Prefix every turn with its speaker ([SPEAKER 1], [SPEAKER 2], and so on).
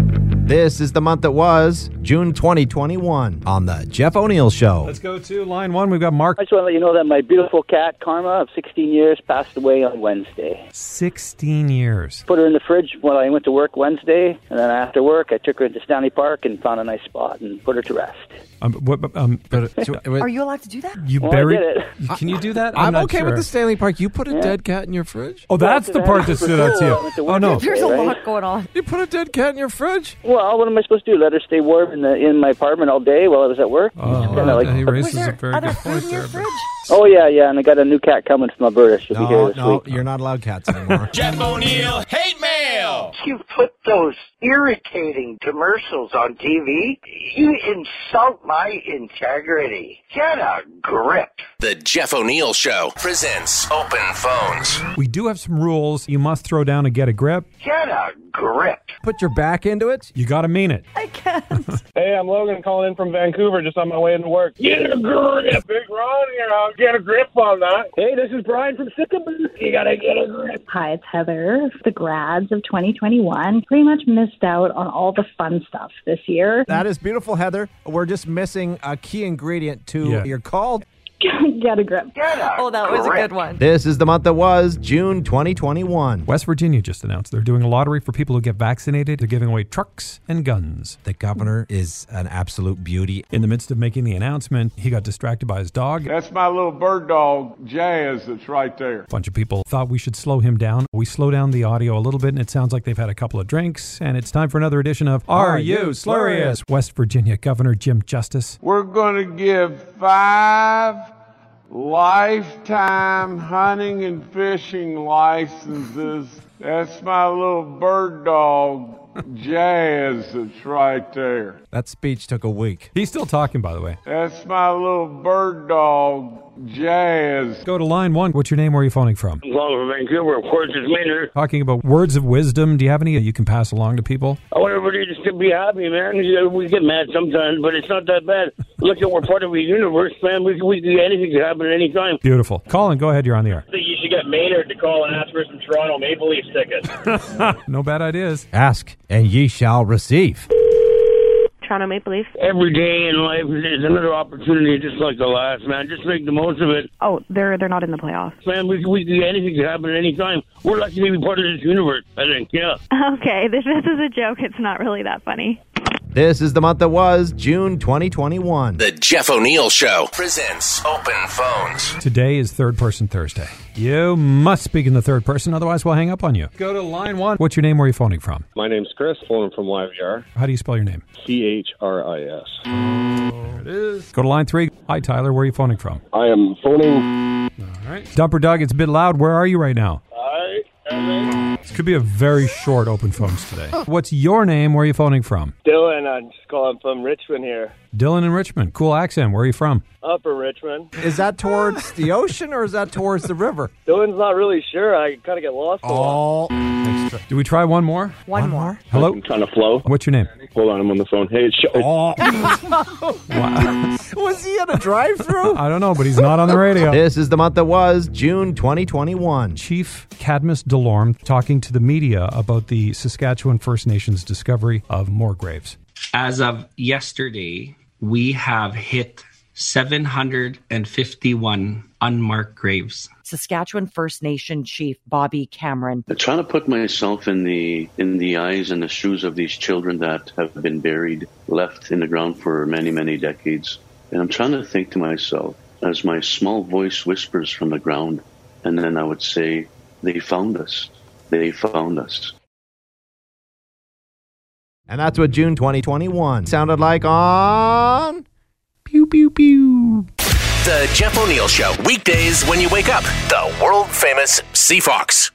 [SPEAKER 1] This is the month that was, June 2021, on The Jeff O'Neill Show.
[SPEAKER 2] Let's go to line one. We've got Mark.
[SPEAKER 3] I just want to let you know that my beautiful cat, Karma, of 16 years, passed away on Wednesday.
[SPEAKER 2] 16 years.
[SPEAKER 3] Put her in the fridge when I went to work Wednesday, and then after work, I took her into Stanley Park and found a nice spot and put her to rest.
[SPEAKER 2] Um, what, but, um, but, uh, so,
[SPEAKER 4] Are you allowed to do that?
[SPEAKER 2] you
[SPEAKER 3] Well, I
[SPEAKER 2] buried
[SPEAKER 3] did
[SPEAKER 2] Can you do that?
[SPEAKER 5] I'm,
[SPEAKER 2] not
[SPEAKER 5] okay
[SPEAKER 2] sure.
[SPEAKER 5] with the Stanley Park. You put a dead cat in your fridge?
[SPEAKER 2] Oh, that's
[SPEAKER 3] After
[SPEAKER 2] the
[SPEAKER 3] that,
[SPEAKER 2] part that
[SPEAKER 3] after
[SPEAKER 2] stood out to
[SPEAKER 3] school, I went to
[SPEAKER 2] you.
[SPEAKER 3] work
[SPEAKER 2] Oh, no.
[SPEAKER 3] Wednesday,
[SPEAKER 4] There's a
[SPEAKER 3] right?
[SPEAKER 4] lot going on.
[SPEAKER 5] You put a dead cat in your fridge?
[SPEAKER 3] Well, what am I supposed to do? Let her stay warm in the in my apartment all day while I was at work?
[SPEAKER 1] Oh,
[SPEAKER 3] It's
[SPEAKER 1] uh,
[SPEAKER 3] kinda like-
[SPEAKER 2] Oh, he
[SPEAKER 4] Was
[SPEAKER 2] raises a
[SPEAKER 4] there
[SPEAKER 2] very
[SPEAKER 4] other
[SPEAKER 2] good
[SPEAKER 4] food
[SPEAKER 2] point
[SPEAKER 4] in your
[SPEAKER 2] there.
[SPEAKER 4] fridge?
[SPEAKER 3] oh yeah, yeah, and I got a new cat coming from Alberta. She'll be here
[SPEAKER 1] No,
[SPEAKER 3] this
[SPEAKER 1] no,
[SPEAKER 3] week.
[SPEAKER 1] you're not allowed cats anymore.
[SPEAKER 6] Jeff O'Neill, hate mail.
[SPEAKER 7] you put those irritating commercials on TV, you insult my integrity. Get a grip.
[SPEAKER 6] The Jeff O'Neill Show presents Open Phones.
[SPEAKER 2] We do have some rules. You must throw down and get a grip.
[SPEAKER 7] Get a grip.
[SPEAKER 5] Put your back into it?
[SPEAKER 2] You got to mean it.
[SPEAKER 4] I can't.
[SPEAKER 8] Hey, I'm Logan calling in from Vancouver, just on my way into work. Get a grip, Big Ron here. I'll get a grip on that. Hey, this is Brian from Sycamore. You gotta get a grip.
[SPEAKER 9] Hi, it's Heather. The grads of 2021 pretty much missed out on all the fun stuff this year.
[SPEAKER 1] that is beautiful, Heather. We're just missing a key ingredient to
[SPEAKER 2] Yeah.
[SPEAKER 1] your call.
[SPEAKER 9] Get a grip.
[SPEAKER 7] Get a
[SPEAKER 4] Oh, that was a
[SPEAKER 7] grip.
[SPEAKER 4] good one.
[SPEAKER 1] This is the month that was, June 2021.
[SPEAKER 2] West Virginia just announced they're doing a lottery for people who get vaccinated. They're giving away trucks and guns.
[SPEAKER 1] The governor is an absolute beauty.
[SPEAKER 2] In the midst of making the announcement, he got distracted by his dog. A
[SPEAKER 8] That's my little bird dog, Jazz, that's right there.
[SPEAKER 2] bunch of people thought we should slow him down. We slow down the audio a little bit, and it sounds like they've had a couple of drinks. And it's time for another edition of Are You Slurious? West Virginia Governor Jim Justice.
[SPEAKER 8] We're gonna give five lifetime hunting and fishing licenses. That's my little bird dog, Jazz, that's right there.
[SPEAKER 1] That speech took a week.
[SPEAKER 2] He's still talking, by the way.
[SPEAKER 8] That's my little bird dog, Jazz.
[SPEAKER 2] Go to line one. What's your name? Where are you phoning from?
[SPEAKER 8] Long from Vancouver, of course, it's Maynard.
[SPEAKER 2] Talking about words of wisdom. Do you have any that you can pass along to people?
[SPEAKER 8] I want everybody just to be happy, man. You know, We get mad sometimes, but it's not that bad. Look, we're part of a universe, man. We, we anything can happen at any time.
[SPEAKER 2] Beautiful. Colin, go ahead. You're on the air.
[SPEAKER 8] I think you should get Maynard to call and ask for some Toronto Maple Leafs tickets.
[SPEAKER 2] No bad ideas.
[SPEAKER 1] Ask, and ye shall receive.
[SPEAKER 10] Toronto Maple Leafs.
[SPEAKER 8] Every day in life is another opportunity, just like the last, man. Just make the most of it,
[SPEAKER 10] Oh, they're they're not in the playoffs.
[SPEAKER 8] man. We, we anything can happen at any time. We're lucky to be part of this universe. I think, yeah.
[SPEAKER 10] Okay, this, this is a joke. It's not really that funny.
[SPEAKER 1] This is the month that was, June 2021.
[SPEAKER 6] The Jeff O'Neill Show presents Open Phones.
[SPEAKER 2] Today is third person Thursday. You must speak in the third person, otherwise we'll hang up on you. Go to line one. What's your name? Where are you phoning from?
[SPEAKER 8] My name's Chris, phoning from YVR.
[SPEAKER 2] How do you spell your name?
[SPEAKER 8] C H R I S.
[SPEAKER 2] Go to line three. Hi, Tyler. Where are you phoning from?
[SPEAKER 8] I am phoning.
[SPEAKER 2] Dumper Doug, it's a bit loud. Where are you right now?
[SPEAKER 8] I
[SPEAKER 2] This could be a very short open phones today. What's your name? Where are you phoning from?
[SPEAKER 8] Dylan, I'm just calling from Richmond here.
[SPEAKER 2] Dylan in Richmond. Cool accent. Where are you from?
[SPEAKER 8] Upper Richmond.
[SPEAKER 1] Is that towards the ocean or is that towards the river?
[SPEAKER 8] Dylan's not really sure. I kind of get lost.
[SPEAKER 1] Oh,
[SPEAKER 2] Do we try one more?
[SPEAKER 4] One, more.
[SPEAKER 2] Hello?
[SPEAKER 8] Trying to flow.
[SPEAKER 2] What's your name?
[SPEAKER 8] Hold on, I'm on the phone. Hey, it's Sean.
[SPEAKER 1] was he at a drive-through?
[SPEAKER 2] I don't know, but he's not on the radio.
[SPEAKER 1] This is the month that was, June 2021.
[SPEAKER 2] Chief Cadmus Delorme talking to the media about the Saskatchewan First Nations discovery of more graves.
[SPEAKER 11] As of yesterday, we have hit 751 unmarked graves.
[SPEAKER 4] Saskatchewan First Nation Chief Bobby Cameron.
[SPEAKER 7] Trying to put myself in the in the eyes and the shoes of these children that have been buried, left in the ground for many, many decades. And I'm trying to think to myself, as my small voice whispers from the ground, and then I would say, They found us. They found us.
[SPEAKER 1] And that's what June 2021 sounded like on.
[SPEAKER 6] The Jeff O'Neill Show, weekdays when you wake up. The world famous Sea Fox.